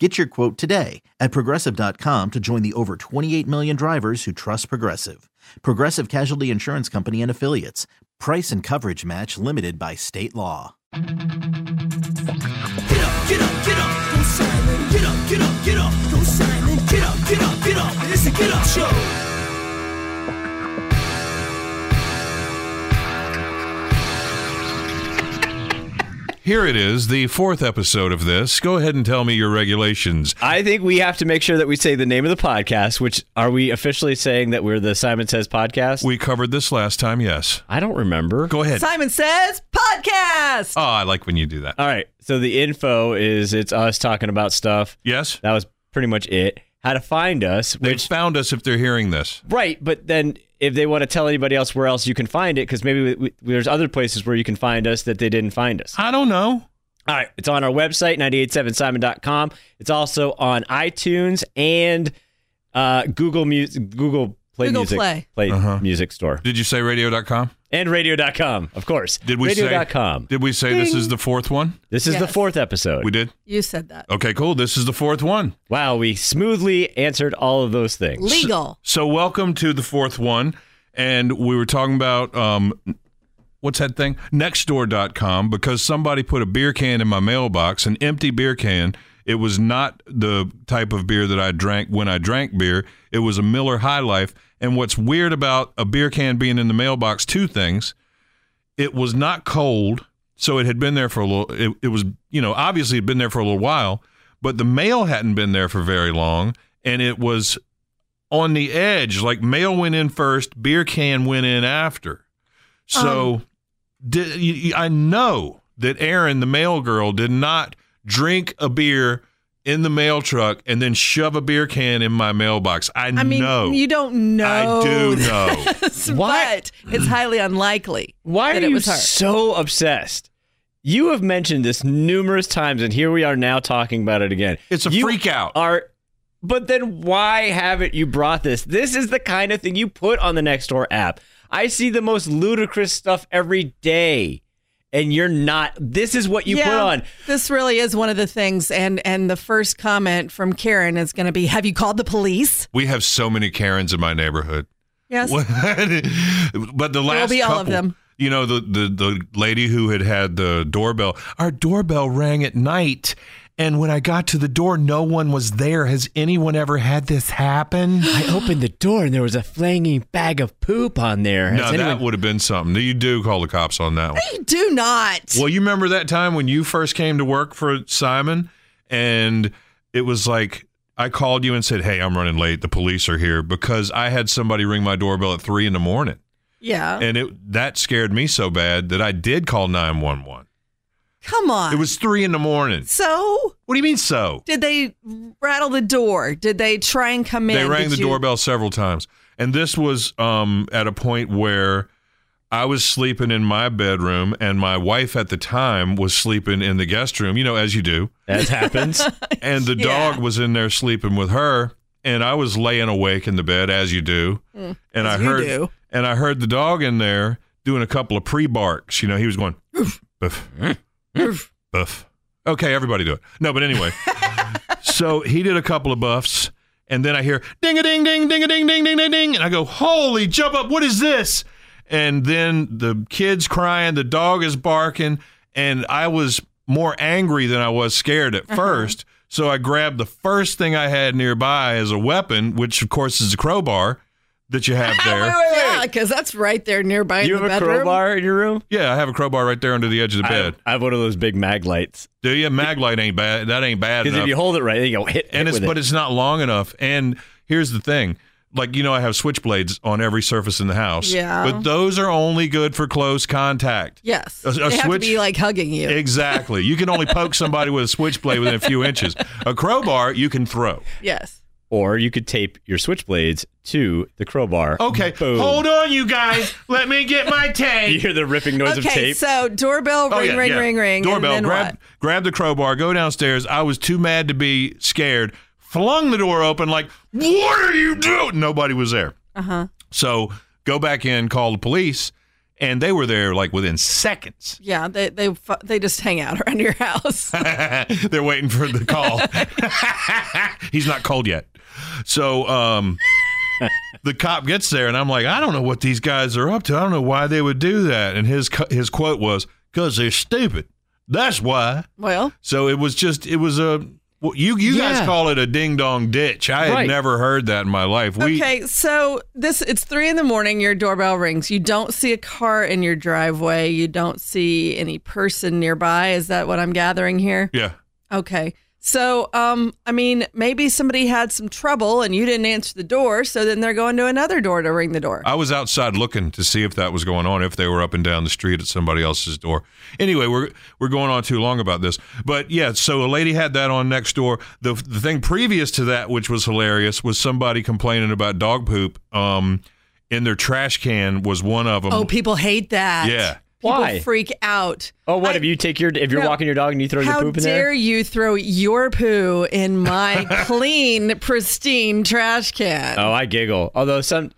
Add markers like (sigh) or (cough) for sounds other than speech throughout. Get your quote today at progressive.com to join the over 28 million drivers who trust Progressive. Progressive Casualty Insurance Company and Affiliates. Price and coverage match limited by state law. Get up, get up, get up, go Simon. Get up, get up, get up, go Simon. Get up, get up, get up. It's a get up show. Here it is, the fourth episode of this. Go ahead and tell me your regulations. I think we have to make sure that we say the name of the podcast, which are we officially saying that we're the Simon Says podcast? We covered this last time, yes. I don't remember. Go ahead. Simon Says Podcast. Oh, I like when you do that. All right. So the info is it's us talking about stuff. Yes? That was pretty much it. How to find us, They've which found us if they're hearing this. right, but then if they want to tell anybody else where else you can find it, because maybe we, we, there's other places where you can find us that they didn't find us. I don't know. All right, it's on our website, 987simon.com. It's also on iTunes and uh, Google Music, Google Play Google Music, Play. Uh-huh. Music Store, Did you say radio.com? and radio.com, of course. Did we say radio.com? Did we say this is the fourth one? This is the Yes. fourth episode. We did. You said that. Okay, cool. This is the fourth one. wow, we smoothly answered all of those Oh, things. Legal. So welcome to the fourth one. And we were talking about um what's that thing? Nextdoor.com because somebody put a beer can in my mailbox, an empty beer can. It was not the type of beer that I drank when I drank beer. It was a Miller High Life. And what's weird about a beer can being in the mailbox, two things. It was not cold, so it had been there for a little it, it was, you know, obviously it had been there for a little while, but the mail hadn't been there for very long, and it was on the edge. Like mail went in first, beer can went in after. So Um, did, you, you- I know that Aaron, the mail girl, did not drink a beer in the mail truck and then shove a beer can in my mailbox. I, I mean, know. you don't know. I do this, know. Why- (laughs) But it's highly unlikely. Why that are it you was her. so obsessed? You have mentioned this numerous times, and here we are now talking about it again. It's a You freak out. Are, but then why haven't you brought this? This is the kind of thing you put on the Nextdoor app. I see the most ludicrous stuff every day, and you're not. This is what you Yeah, put on. This really is one of the things, and and the first comment from Karen is going to be, "Have you called the police?" we have so many Karens in my neighborhood. Yes. What? but the last be all couple, of them. You know the, the the lady who had had the doorbell. Our doorbell rang at night, and when I got to the door, no one was there. Has anyone ever had this happen? I (gasps) opened the door and there was a flanging bag of poop on there. no, Has anyone- that would have been something. You do call the cops on that one. You do not. Well, you remember that time when you first came to work for Simon, and it was like I called you and said, "Hey, I'm running late. The police are here," because I had somebody ring my doorbell at three in the morning. yeah. and it that scared me so bad that I did call 911. Come on. It was three in the morning. so. What do you mean so? Did they rattle the door? Did they try and come in? They rang Did the you- doorbell several times, and this was um, at a point where I was sleeping in my bedroom, and my wife at the time was sleeping in the guest room. You know, as you (laughs) do. That happens. and the Yeah. dog was in there sleeping with her and i was laying awake in the bed as you do and i Mm. you heard do. and i heard the dog in there doing a couple of pre-barks you know he was going buff Mm. buff okay everybody do it no but (laughs) anyway so he did a couple of buffs and then i hear ding a ding ding ding a ding ding ding ding ding and i go holy jump up what is this and then the kids crying the dog is barking and i was more angry than i was scared Uh-huh. at first so i grabbed the first thing i had nearby as a weapon which of course is a crowbar that you (laughs) have there Yeah, because that's right there nearby you in have the a bedroom. crowbar in your room? yeah i have a crowbar right there under the edge of the I bed have, I have one of those big mag lights. do you mag light ain't bad that ain't bad Because if enough. you hold it right, you go hit, hit and it's with but it. it's not long enough. And here's the thing. Like you know, I have switchblades on every surface in the house. Yeah. But those are only good for close contact. Yes. A- a they have to switch- be like hugging you. Exactly. You can only poke somebody with a switchblade within a few inches. A crowbar you can throw. yes. Or you could tape your switchblades to the crowbar. Okay, Boom. hold on, you guys. Let me get my (laughs) You tape. hear the ripping noise of Okay, tape. so doorbell ring, Oh, yeah, ring, yeah. ring, ring. Doorbell. And then grab what? grab the crowbar. Go downstairs. I was too mad to be scared. Flung the door open like, "What are you doing?" Nobody was there. Uh huh. Uh-huh. So go back in, call the police, and they were there like within seconds. (laughs) Yeah, they they fu- they just hang out (laughs) around your house. They're waiting for the call. (laughs) He's not called yet. So um, the cop gets there, and I'm like, I don't know what these guys are up to. I don't know why they would do that. And his cu- his quote was, "Cause they're stupid. That's why." well, So it was just it was a well, you you guys Yeah. call it a ding dong ditch. I had Right. never heard that in my life. We okay, so this it's three in the morning. Your doorbell rings. You don't see a car in your driveway. You don't see any person nearby. Is that what I'm gathering here? yeah. Okay. So, um, I mean, maybe somebody had some trouble and you didn't answer the door, so then they're going to another door to ring the door. I was outside looking to see if that was going on, if they were up and down the street at somebody else's door. Anyway, we're we're going on too long about this, but yeah. So a lady had that on next door. The the thing previous to that, which was hilarious, was somebody complaining about dog poop. Um, in their trash can was one of them. oh, people hate that. Yeah. People Why? freak out. oh, what I- if you take your if you're No. walking your dog and you throw your How poop in dare there? you throw your poo in my (laughs) clean, pristine trash can? Oh, I giggle. (laughs) Although some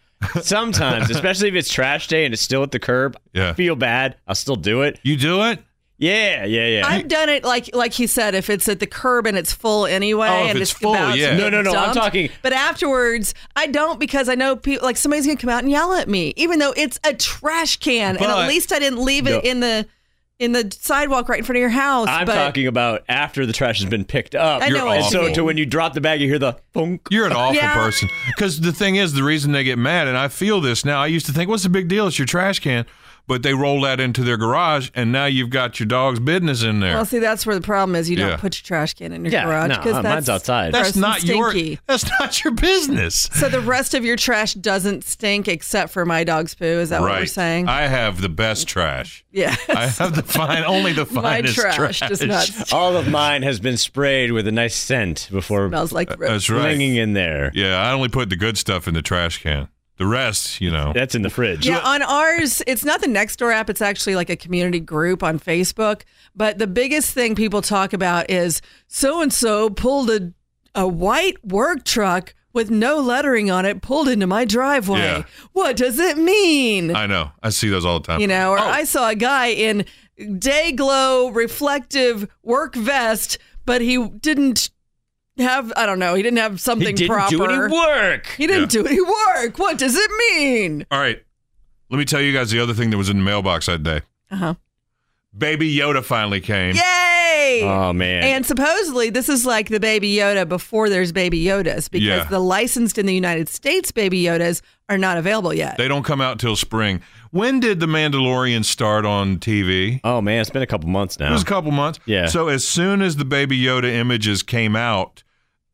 sometimes, especially if it's trash day and it's still at the curb, Yeah. I feel bad. I'll still do it. you do it. Yeah, yeah, yeah. I've done it like like he said, if it's at the curb and it's full anyway, Oh, if and it's it's, full, about to yeah. get No, no, no, I'm dumped. talking- But afterwards, I don't because I know people like somebody's gonna come out and yell at me, even though it's a trash can, and But- at least I didn't leave No. it in the in the sidewalk right in front of your house. I'm but talking about after the trash has been picked up. I know You're what and you awful. so mean. to when you drop the bag, you hear the thunk. You're an awful Yeah. person. Because the thing is, the reason they get mad, and I feel this now, I used to think, what's the big deal? It's your trash can. But they roll that into their garage, and now you've got your dog's business in there. Well, see, that's where the problem is. You Yeah. don't put your trash can in your Yeah, garage no, because uh, that's mine's outside. gross that's and not your. stinky. That's not your business. So the rest of your trash doesn't stink except for my dog's poo. Is that what we're saying? I have the best trash. yeah. (laughs) I have the fine, only the (laughs) my finest trash, (laughs) does not stink. All of mine has been sprayed with a nice scent before smells like the (laughs) That's right. flinging in there. Yeah, I only put the good stuff in the trash can. The rest, you know. That's in the fridge. Yeah, on ours, it's not the next door app. It's actually like a community group on Facebook. But the biggest thing people talk about is so and so pulled a a white work truck with no lettering on it pulled into my driveway. Yeah. What does it mean? I know. I see those all the time. you know, or I saw a guy in day glow reflective work vest, but he didn't have I don't know, he didn't have something He didn't proper. do any work. He didn't do any work. What does it mean? All right. Let me tell you guys the other thing that was in the mailbox that day. Uh-huh. Baby Yoda finally came. Yay! Oh man. And supposedly, this is like the Baby Yoda before there's Baby Yodas because Yeah. the licensed in the United States Baby Yodas are not available yet. They don't come out till spring. When did The Mandalorian start on TV? oh man, it's been a couple months It now. was a couple months. Yeah. So as soon as the Baby Yoda images came out,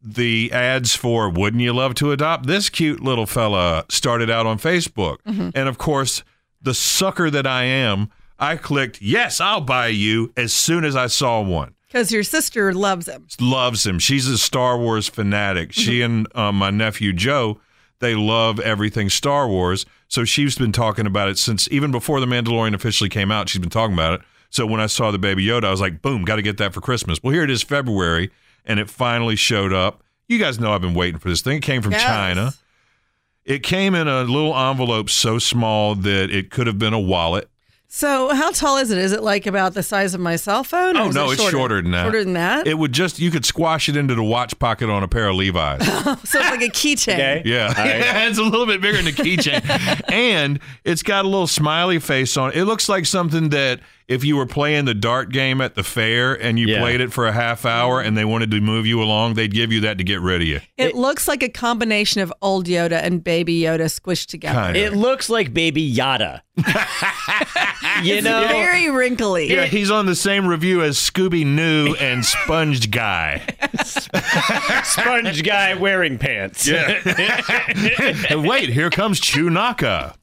the ads for Wouldn't You Love to Adopt This Cute Little Fella started out on Facebook. And of course, the sucker that I am, I clicked, Yes, I'll buy you as soon as I saw one. Because your sister loves them. Loves him. She's a Star Wars fanatic. She and uh, my nephew Joe, they love everything Star Wars. So she's been talking about it since even before The Mandalorian officially came out. She's been talking about it. So when I saw the Baby Yoda, I was like, boom, got to get that for Christmas. Well, here it is, February, and it finally showed up. You guys know I've been waiting for this thing. It came from Yes. China. It came in a little envelope so small that it could have been a wallet. So, how tall is it? Is it like about the size of my cell phone? or Oh is no, it it's shorter, than that. Shorter than that? It would just you could squash it into the watch pocket on a pair of Levi's. so, it's like a keychain. okay. Yeah. All right. yeah, (laughs) it's a little bit bigger than a keychain. (laughs) and it's got a little smiley face on it. It looks like something that if you were playing the dart game at the fair and you Yeah. played it for a half hour and they wanted to move you along, they'd give you that to get rid of you. It, looks like a combination of old Yoda and Baby Yoda squished together. Kind of. It looks like Baby Yada. (laughs) you know, Very wrinkly. Yeah, he's on the same review as Scooby Noo and Sponge (laughs) Guy. (laughs) sponge guy wearing pants. And wait, here comes Chunaka.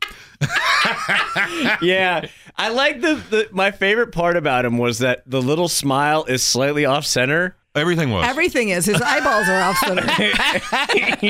(laughs) yeah. I like the, the my favorite part about him was that the little smile is slightly off center Everything was. Everything is. His eyeballs are (laughs) off center.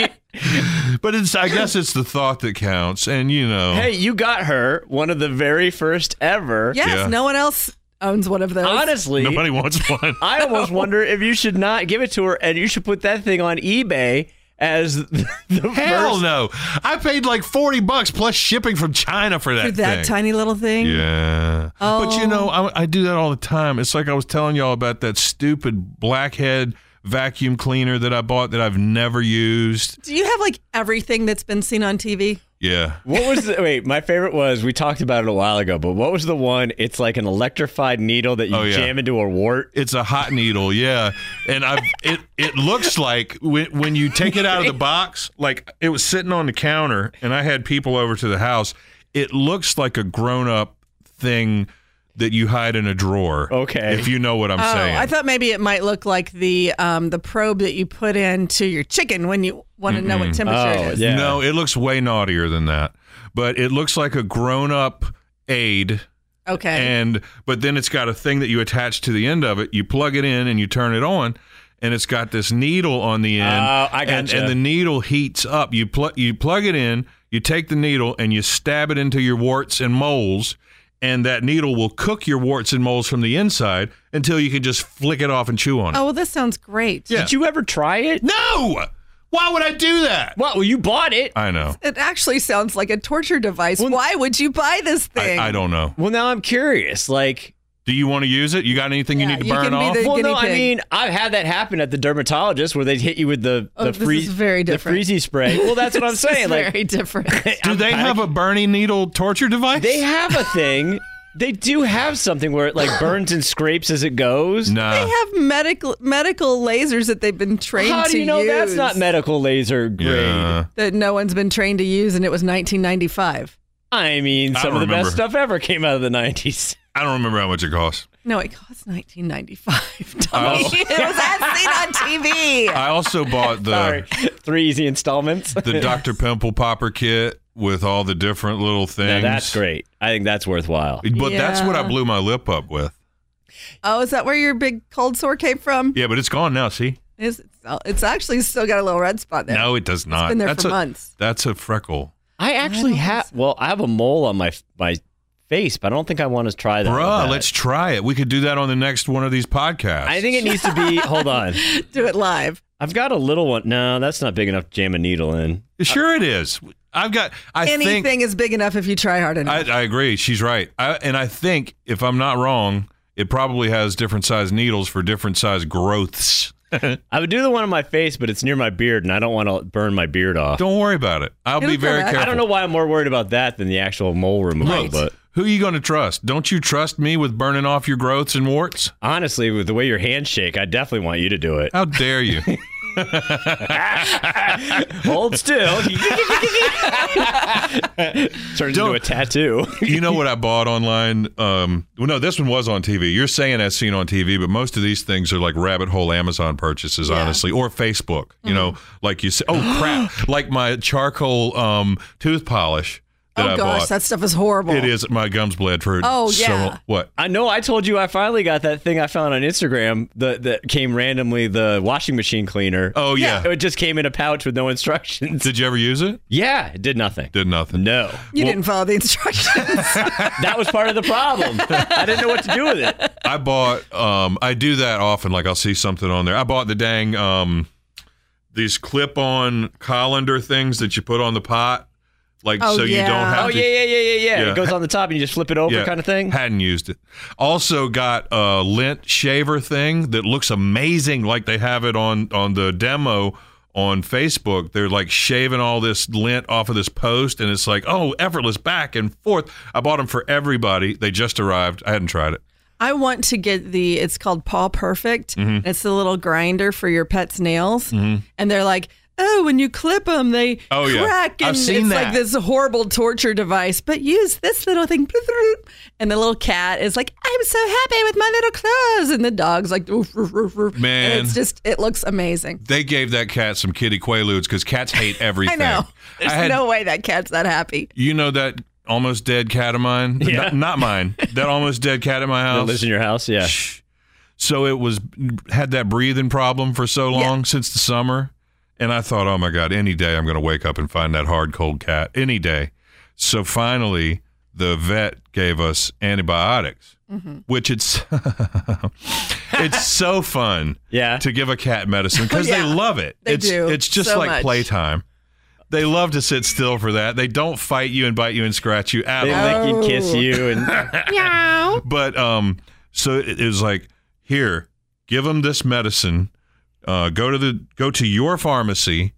but it's. I guess it's the thought that counts, and you know. Hey, you got her one of the very first ever. Yes, Yeah. no one else owns one of those. Honestly, Nobody wants one. I almost wonder if you should not give it to her and you should put that thing on eBay as (laughs) the the Hell first. no! I paid like forty bucks plus shipping from China for that. For that thing. tiny little thing. Yeah. But you know, I, I do that all the time. It's like I was telling y'all about that stupid blackhead vacuum cleaner that I bought that I've never used. Do you have like everything that's been seen on TV? Yeah. What was the, wait? My favorite was we talked about it a while ago, but what was the one? It's like an electrified needle that you Oh, yeah. jam into a wart. It's a hot needle, yeah, and I it it looks like when when you take it out of the box, like it was sitting on the counter, and I had people over to the house. It looks like a grown up thing that you hide in a drawer. Okay. if you know what I'm Oh, saying. I thought maybe it might look like the um, the probe that you put into your chicken when you want to know what temperature Oh, it is. yeah. No, it looks way naughtier than that. But it looks like a grown up aid. Okay. And but then it's got a thing that you attach to the end of it. You plug it in and you turn it on, and it's got this needle on the end. Oh, I and, gotcha. and the needle heats up. You plug you plug it in. You take the needle and you stab it into your warts and moles, and that needle will cook your warts and moles from the inside until you can just flick it off and chew on it. oh well, this sounds great. Yeah. Did you ever try it? No, why would I do that? Well, well, you bought it. I know. It actually sounds like a torture device. Why would you buy this I, thing? I don't know. Well, now I'm curious. Like, Do you want to use it? You got anything Yeah, you need to you burn can be off? the- well, no, guinea I pig. mean, I've had that happen at the dermatologist where they hit you with the Oh, the this free- is very the different. freezy spray. Well, that's what I'm (laughs) This saying. is Like, (laughs) very different. Do they have a burning needle torture device? they have a thing. They do have something where (laughs) it like burns and scrapes as it goes. they Nah. have medical medical lasers that they've been trained How to do you know that's use not medical laser grade? Yeah. that no one's been trained to use, and it was 1995. I mean, I some of the remember. best stuff ever came out of the 90s. I don't remember how much it costs. No, it cost (laughs) 1995. Dummy. Oh. it was as seen on (laughs) TV. I also bought (laughs) Sorry. the Three easy installments. Uh, (laughs) the Dr. Pimple Popper kit with all the different little Now, things. that's great. I think that's worthwhile. But that's what I Yeah. blew my lip up with. Oh, is that where your big cold sore came from? Yeah, but it's gone now, see? Is it's actually still got a little red spot there. No, it does not. been there that's for a, months. That's a freckle. I actually have, well, I have a mole on my my face, but I don't think I want to try that. Bruh, that. let's try it. We could do that on the next one of these podcasts. I think it needs (laughs) to be, hold on. (laughs) Do it live. I've got a little one. No, that's not big enough to jam a needle in. Sure it is. I've got I Anything think is big enough if you try hard enough. I, I agree. She's right. I, and I think, if I'm not wrong, it probably has different size needles for different size growths. I would do the one on my face, but it's near my beard, and I don't want to burn my beard off. Don't worry about it. I'll be It'll very come back. careful. I don't know why I'm more worried about that than the actual mole removal, Look, but who you going to trust? Don't you trust me with burning off your growths and warts? honestly, with the way your hands shake, I definitely want you to do it. How dare you? (laughs) Hold still. Turns into Don't- a tattoo. you know what I bought online? Um, well, no, this one was on TV. You're saying as seen on TV, but most of these things are like rabbit hole Amazon purchases, honestly, or Facebook. You know, Mm-hmm. like you say, oh (gasps) crap, like my charcoal um, tooth polish that oh I gosh, bought. that stuff is horrible. it is my gums bled for Oh, so- yeah. what I know I told you I finally got that thing I found on Instagram that, that came randomly the washing machine cleaner. oh yeah. It just came in a pouch with no instructions. (laughs) did you ever use it yeah, it did nothing. did nothing No. You didn't follow the instructions. That was part of the problem. I didn't know what to do with it. I bought. Um, I do that often. Like I'll see something on there. I bought the dang um, these clip-on colander things that you put on the pot, like Oh, so you don't yeah. have Oh, to. yeah, yeah, yeah, yeah, yeah. Yeah. It goes on the top and you just flip it over Yeah, kind of thing. Hadn't used it. Also got a lint shaver thing that looks amazing, like they have it on on the demo on Facebook. They're like shaving all this lint off of this post, and it's like, oh, effortless back and forth. I bought them for everybody. They just arrived. I hadn't tried it. I want to get the. It's called Paw Perfect. Mm-hmm. It's the little grinder for your pet's nails, and they're like. Oh, when you clip them, they Oh, yeah. crack, and I've seen it's that. like this horrible torture device. But use this little thing, Bloop, bloop. and the little cat is like, "I'm so happy with my little claws," and the dog's like, "Oof, oof, oof, oof." And Man. it's just it looks amazing. They gave that cat some kitty quaaludes because cats (laughs) hate everything. I know. There's I had, no way that cat's that happy. You know that almost (laughs) dead cat of mine? Yeah. Not, not mine. That almost dead cat at my That house. lives in your house, yeah. Shh. So it was had that breathing problem for so long since the summer, and I thought, oh my god, any day I'm going to wake up and find that hard cold cat. Any day. So finally, the vet gave us antibiotics, Mm-hmm. which it's (laughs) it's so fun Yeah. to give a cat medicine because (laughs) Yeah. they love it. They it's do it's just so like much. playtime. They love to sit still for that. They don't fight you and bite you and scratch you at They all. lick you, kiss Oh. you, (laughs) and But um, so it it was like, here, give them this medicine. Uh, go to the go to your pharmacy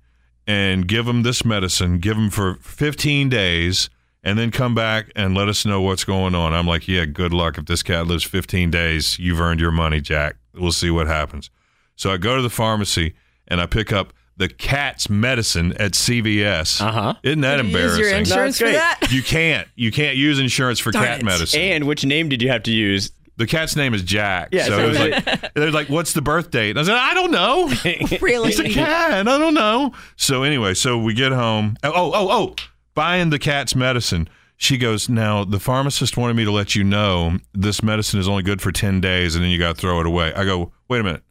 and give them this medicine. Give them for 15 days, and then come back and let us know what's going on. I'm like, yeah, good luck. If this cat lives 15 days, you've earned your money, Jack. We'll see what happens. So I go to the pharmacy and I pick up the cat's medicine at CVS. Uh-huh. Isn't that Did you use embarrassing? your insurance for great. that? you can't. You can't use insurance for Darn cat it. medicine and which name did you have to use? the cat's name is Jack. Yeah, so so it was like, they're like, what's the birth date? And I said, I don't know. It's a (laughs) (laughs) Really? cat. I don't know. So anyway, so we get home. Oh, oh, oh, oh, buying the cat's medicine. She goes, now the pharmacist wanted me to let you know this medicine is only good for 10 days and then you got to throw it away. I go, wait a minute.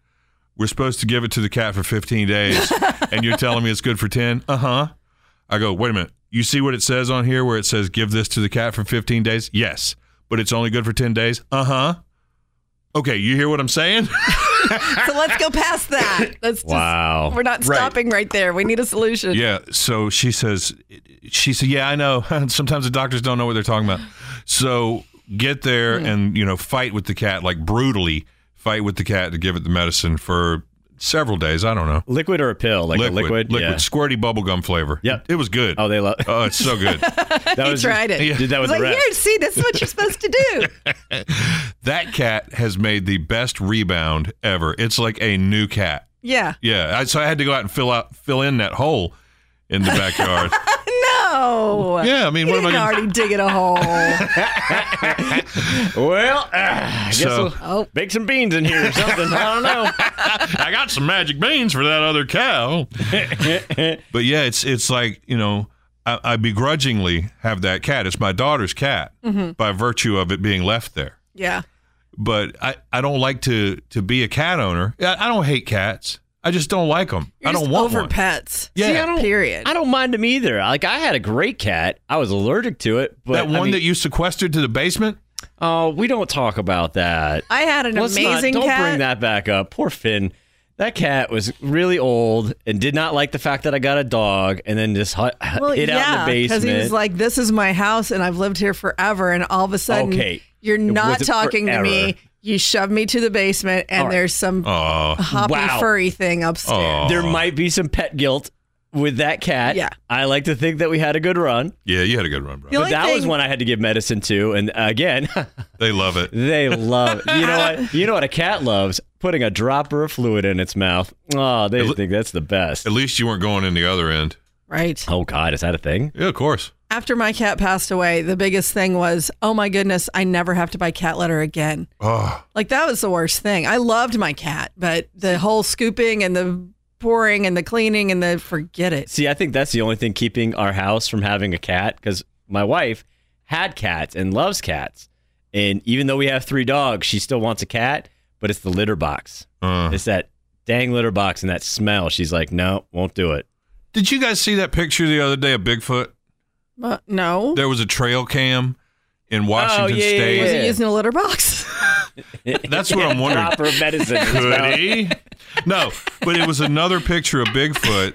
We're supposed to give it to the cat for 15 days and you're telling me it's good for 10? Uh huh. I go, wait a minute. You see what it says on here where it says give this to the cat for 15 days? Yes, but it's only good for 10 days? Uh huh. Okay, you hear what I'm saying? (laughs) So let's go past that. Let's just, Wow. We're not stopping right. there. We need a solution. yeah. So she says, she said, yeah, I know. (laughs) Sometimes the doctors don't know what they're talking about. So get there and, you know, fight with the cat, like brutally fight with the cat to give it the medicine for several days. I don't know. Liquid or a pill? Like a liquid? liquid, Yeah. squirty bubblegum flavor. Yep. It was good. Oh, they love. (laughs) oh, it's so good. That He was tried it. Yeah. Did that I was with like, the rest. here, see, this is what you're supposed to (laughs) do. That cat has made the best rebound ever. It's like a new cat. Yeah. Yeah, I, so I had to go out and fill out fill in that hole in the (laughs) backyard. No. yeah, I mean, You what am I didn't gonna- already digging a hole. (laughs) Well, uh, I guess So- we'll Oh. bake some beans in here or something. I don't (laughs) know. I got some magic beans for that other cow. (laughs) but yeah, it's it's like you know, I, I begrudgingly have that cat. It's my daughter's cat by virtue of it being left there. yeah. But I, I don't like to to be a cat owner. I, I don't hate cats. I just don't like them. You're I don't just want over one. pets. Yeah. See, I don't- Period. I don't mind them either. Like I had a great cat. I was allergic to it, but that one I mean, that you sequestered to the basement. Oh, we don't talk about that. I had an Let's not- amazing don't cat. bring that back up. Poor Finn. That cat was really old and did not like the fact that I got a dog and then just hid Well, it out in the basement. Because he was like, "This is my house, and I've lived here forever." And all of a sudden, Okay. you're not wasn't talking forever. to me. You shove me to the basement, and All right. there's some Oh, hoppy Wow. Oh. furry thing upstairs. Aw. there might be some pet guilt with that cat. Yeah. I like to think that we had a good run. yeah, you had a good run, bro. The only That was thing- one I had to give medicine to, and again, (laughs) They love it. They love You know (laughs) what? You know what a cat loves? Putting a dropper of fluid in its mouth. Oh, they At le- think that's the best. At least you weren't going in the other end. Right. Oh God, is that a thing? Yeah, of course. After my cat passed away, the biggest thing was, "Oh my goodness, I never have to buy cat litter again." Oh, Like that was the worst thing. I loved my cat, but the whole scooping and the pouring and the cleaning and the forget it. See, I think that's the only thing keeping our house from having a cat because my wife had cats and loves cats, and even though we have three dogs, she still wants a cat. But it's the litter box. uh. It's that dang litter box and that smell. She's like, no, won't do it. did you guys see that picture the other day of Bigfoot? But no. There was a trail cam in Washington yeah, yeah, State. was yeah. he using a litter box? (laughs) That's what I'm wondering. Proper medicine. in its (laughs) mouth. Could he? No, but it was another picture of Bigfoot,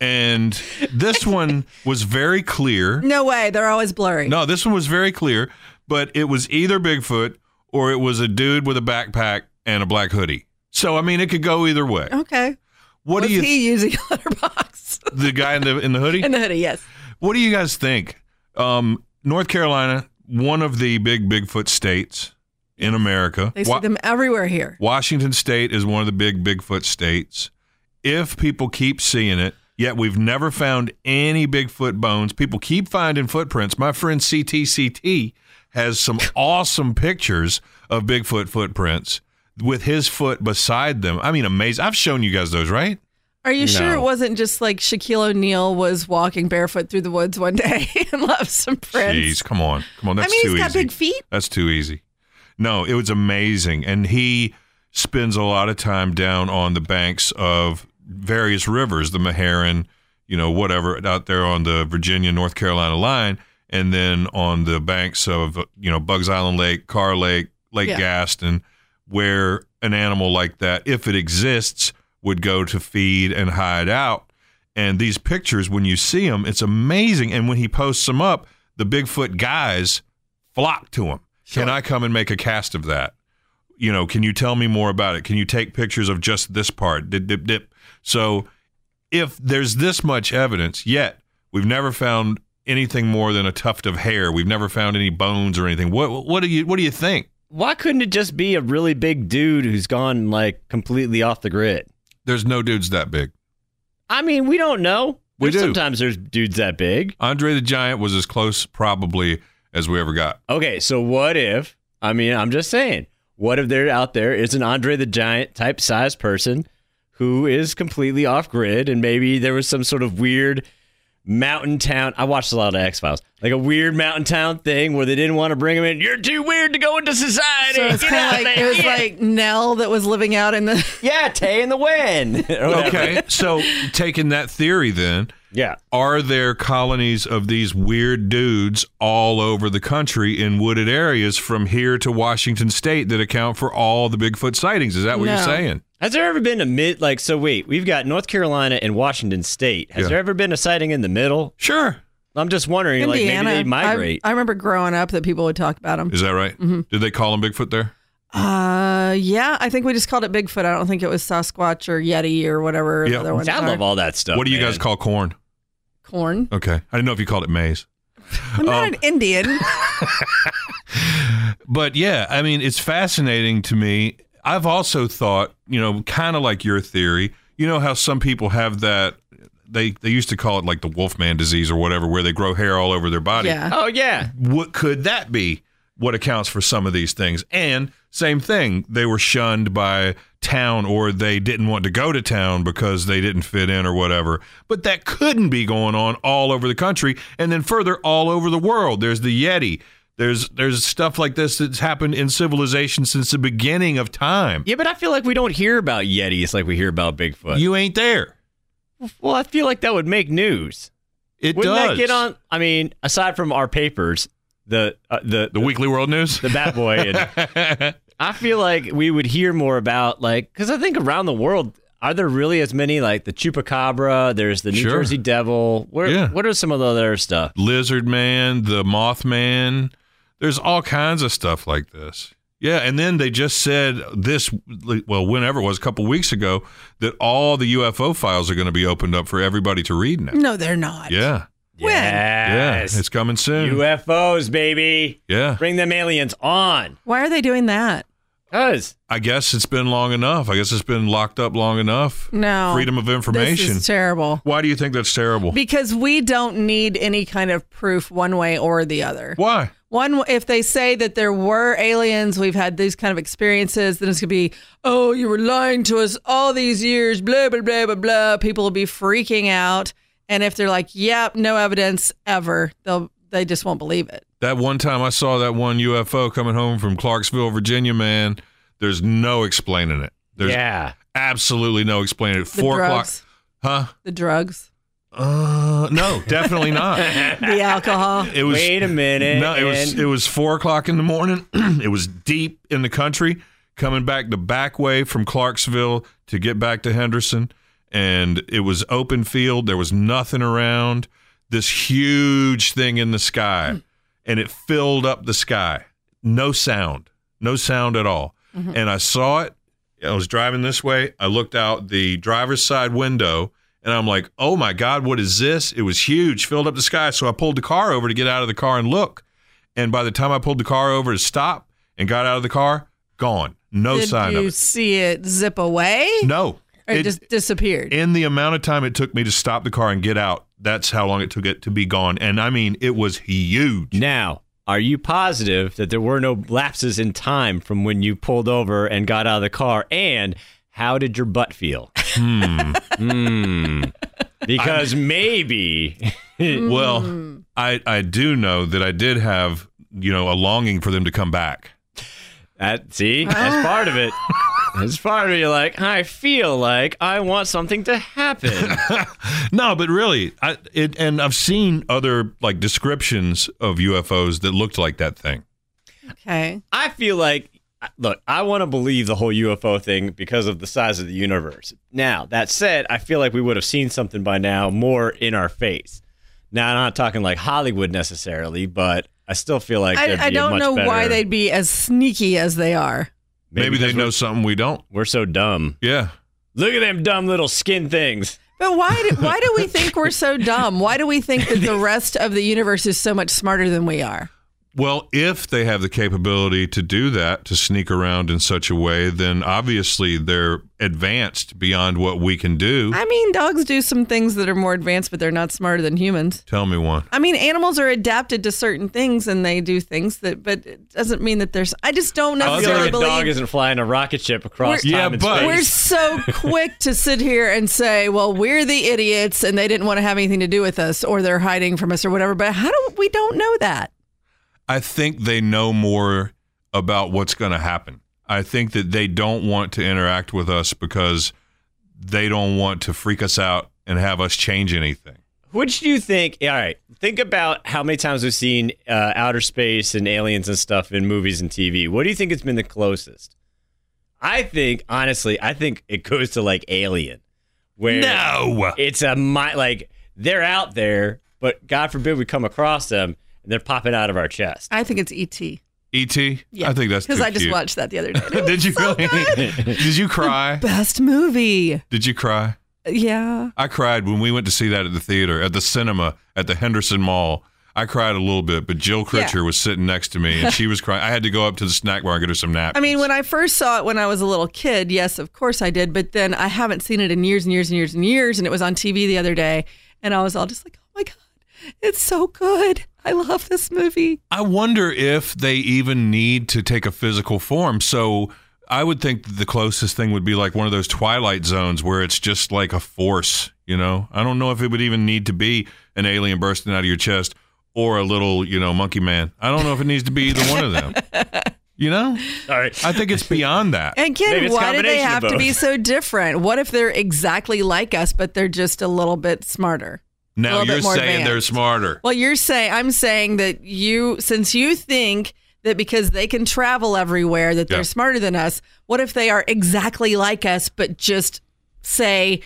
and this one was very clear. no way. They're always blurry. No, this one was very clear, but it was either Bigfoot or it was a dude with a backpack and a black hoodie. So I mean, it could go either way. Okay. What was do you? he using a letterbox the guy in the in the hoodie. (laughs) in the hoodie? Yes. What do you guys think? Um, North Carolina, one of the big Bigfoot states in America. They see Wa- them everywhere here. Washington State is one of the big Bigfoot states. If people keep seeing it, yet we've never found any Bigfoot bones, people keep finding footprints. My friend CTCT has (laughs) some awesome pictures of Bigfoot footprints with his foot beside them. I mean, amazing. I've shown you guys those, right? Are you sure it No. wasn't just like Shaquille O'Neal was walking barefoot through the woods one (laughs) day and left some prints? Jeez, come on. Come on. I That's mean, too he's got easy. big feet. That's too easy. No, it was amazing. And he spends a lot of time down on the banks of various rivers, the Maharon, you know, whatever, out there on the Virginia North Carolina line, and then on the banks of you know Bugs Island Lake, Carr Lake, Lake Yeah. Gaston, where an animal like that, if it exists, would go to feed and hide out. And these pictures, when you see them, it's amazing. And when he posts them up, the Bigfoot guys flock to him. Can I come and make a cast of that? You know, can you tell me more about it? Can you take pictures of just this part? Dip, dip, dip. So, if there's this much evidence, yet we've never found anything more than a tuft of hair. We've never found any bones or anything. What what do you what do you think? Why couldn't it just be a really big dude who's gone like completely off the grid? There's no dudes that big. I mean, we don't know. We There's- do. Sometimes there's dudes that big. Andre the Giant was as close probably as we ever got. Okay, so what if? I mean, I'm just saying. What if there out there is an Andre the Giant type size person who is completely off grid, and maybe there was some sort of weird mountain town? I watched a lot of X Files, like a weird mountain town thing where they didn't want to bring him in. You're too weird to go into society. So it's Get kind out of like there. it was Yeah. like Nell that was living out in the yeah, Tay and the (laughs) Wen. Okay, so taking that theory then, yeah. are there colonies of these weird dudes all over the country in wooded areas from here to Washington state that account for all the Bigfoot sightings? Is that what No. you're saying? Has there ever been a mid like so? Wait, we've got North Carolina and Washington State. Has Yeah. there ever been a sighting in the middle? Sure. I'm just wondering, like Indiana. maybe they migrate. I, I remember growing up that people would talk about them. Is that right? Mm-hmm. Did they call him Bigfoot there? Uh, yeah, I think we just called it Bigfoot. I don't think it was Sasquatch or Yeti or whatever Yeah. the other ones I are. love all that stuff. what do you man. guys call corn? Corn. Okay. I didn't know if you called it maize. I'm not Um, an (laughs) Indian. But yeah, I mean, it's fascinating to me. I've also thought, you know, kind of like your theory, you know how some people have that they they used to call it like the wolfman disease or whatever where they grow hair all over their body. yeah. (laughs) Oh yeah. What could that be? What accounts for some of these things? And same thing, they were shunned by town or they didn't want to go to town because they didn't fit in or whatever. But that couldn't be going on all over the country and then further all over the world. There's the Yeti. There's there's stuff like this that's happened in civilization since the beginning of time. Yeah, but I feel like we don't hear about Yetis like we hear about Bigfoot. You ain't there. well, I feel like that would make news. It Wouldn't does. that get on? I mean, aside from our papers, the uh, the the Weekly World News? the Bat Boy, and (laughs) I feel like we would hear more about like because I think around the world. Are there really as many like the chupacabra? There's the New Sure. Jersey Devil. Where, Yeah. What are some of the other stuff? Lizard Man, the Mothman. There's all kinds of stuff like this. Yeah, and then they just said this, well, whenever it was, a couple weeks ago, that all the UFO files are going to be opened up for everybody to read now. No, they're not. Yeah, When? Yes. yeah, it's coming soon. UFOs, baby. yeah, Bring them aliens on. Why are they doing that? Cause I guess it's been long enough. I guess it's been locked up long enough. No. freedom of information. This is terrible. Why do you think that's terrible? Because we don't need any kind of proof one way or the other. Why? One, if they say that there were aliens, we've had these kind of experiences, then it's going to be, oh, you were lying to us all these years, blah, blah, blah, blah, blah. People will be freaking out. And if they're like, yep, no evidence ever, they'll, they just won't believe it. That one time I saw that one UFO coming home from Clarksville, Virginia, man, there's no explaining it. There's yeah. absolutely no explaining it. The Four o'clock, drugs, huh? the drugs, Uh, no, definitely (laughs) not. (laughs) the alcohol. It was Wait a minute. no, it was and- it was four o'clock in the morning. (clears throat) it was deep in the country, coming back the back way from Clarksville to get back to Henderson, and it was open field. There was nothing around. This huge thing in the Hmm. sky, and it filled up the sky. No sound, no sound at all. Mm-hmm. And I saw it. I was driving this way. I looked out the driver's side window and I'm like, oh my God, what is this? It was huge, filled up the sky. So I pulled the car over to get out of the car and look. And by the time I pulled the car over to stop and got out of the car, gone. No Did sign you (laughs) of it. see it zip away? No. Or it, It- just disappeared? in the amount of time it took me to stop the car and get out, that's how long it took it to be gone. And I mean, it was huge. Now, are you positive that there were no lapses in time from when you pulled over and got out of the car? And how did your butt feel? Hmm. Because maybe. Well, I, I do know that I did have, you know, a longing for them to come back. (laughs) That, see, that's part of it. It's part of me like, I feel like I want something to happen. No, but really, I, it, and I've seen other like descriptions of UFOs that looked like that thing. Okay. I feel like, look, I want to believe the whole UFO thing because of the size of the universe. Now, that said, I feel like we would have seen something by now more in our face. Now, I'm not talking like Hollywood necessarily, but I still feel like there'd I, I be a don't much know why better- they'd be as sneaky as they are. Maybe, they because know we're- something we don't. we're so dumb. Yeah. Look at them dumb little skin things. But why do, (laughs) why do we think we're so dumb? Why do we think that (laughs) the rest of the universe is so much smarter than we are? Well, if they have the capability to do that, to sneak around in such a way, then obviously they're advanced beyond what we can do. I mean, dogs do some things that are more advanced, but they're not smarter than humans. Tell me one. I mean, animals are adapted to certain things and they do things that, but it doesn't mean that there's. I just don't I Other- feel necessarily like a believe. dog isn't flying a rocket ship across We're- time Yeah, and but- space. we're so quick to sit here and say, well, we're the idiots and they didn't want to have anything to do with us or they're hiding from us or whatever. But how do we don't know that? I think they know more about what's going to happen. I think that they don't want to interact with us because they don't want to freak us out and have us change anything. Which do you think? All right, think about how many times we've seen uh, outer space and aliens and stuff in movies and TV. What do you think has been the closest? I think, honestly, I think it goes to like Alien, where No. it's a mi- like they're out there, but God forbid we come across them and they're popping out of our chest. I think it's E E.T. E.T. E I think that's because too I just cute. (laughs) watched that the other day. It was Did you so really? (laughs) good. Did you cry? Best movie. Did you cry? Yeah. I cried when we went to see that at the theater, at the cinema, at the Henderson Mall. I cried a little bit, but Jill Critcher was sitting next to me and she was crying. I had to go up to the snack bar and get her some napkins. I mean, when I first saw it when I was a little kid, yes, of course I did. But then I haven't seen it in years and years and years and years. And it was on TV the other day. And I was all just like, oh my God, it's so good. I love this movie. I wonder if they even need to take a physical form. So I would think that the closest thing would be like one of those twilight zones where it's just like a force, you know? I don't know if it would even need to be an alien bursting out of your chest or a little, you know, monkey man. I don't know if it needs to be either one of (laughs) them. You know? (laughs) All right, I think it's beyond that. And Maybe Ken, it's a why do they combination of have to both. be so different? What if they're exactly like us, but they're just a little bit smarter? a Now little bit you're more saying they're advanced. smarter. Well, you're saying I'm saying that you, since you think that because they can travel everywhere that they're Yeah. smarter than us, what if they are exactly like us, but just say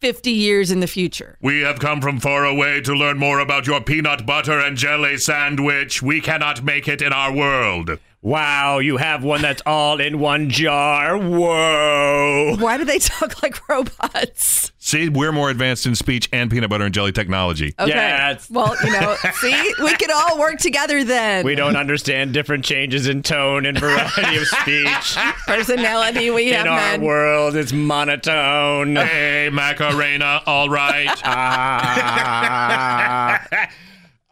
50 years in the future? We have come from far away to learn more about your peanut butter and jelly sandwich. We cannot make it in our world. wow, you have one that's all in one jar. Whoa. Why do they (laughs) talk like robots? See, we're more advanced in speech and peanut butter and jelly technology. Okay. Yeah, it's- Well, (laughs) you know, see, we could all work together then. We don't understand different changes in tone and variety of speech. (laughs) Personality, we have in our none. world, it's monotone. Uh. Hey, Macarena, all right. Ah.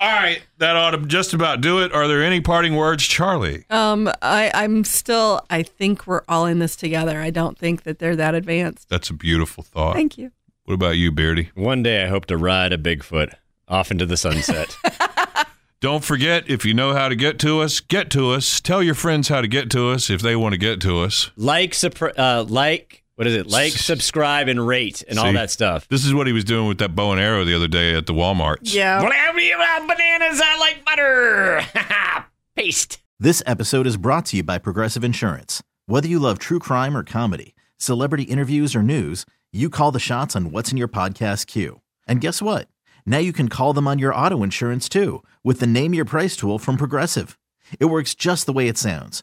All right, that ought to just about do it. Are there any parting words, Charlie? Um, I, I'm still. I think we're all in this together. I don't think that they're that advanced. That's a beautiful thought. Thank you. What about you, Beardy? One day I hope to ride a Bigfoot off into the sunset. Don't forget, if you know how to get to us, get to us. Tell your friends how to get to us if they want to get to us. like, supr uh, like, what is it? Like, subscribe, and rate, and See? all that stuff. This is what he was doing with that bow and arrow the other day at the Walmart. Yeah. Whatever you want, bananas, I like butter. (laughs) Paste. This episode is brought to you by Progressive Insurance. Whether you love true crime or comedy, celebrity interviews or news, you call the shots on what's in your podcast queue. And guess what? Now you can call them on your auto insurance too with the Name Your Price tool from Progressive. It works just the way it sounds.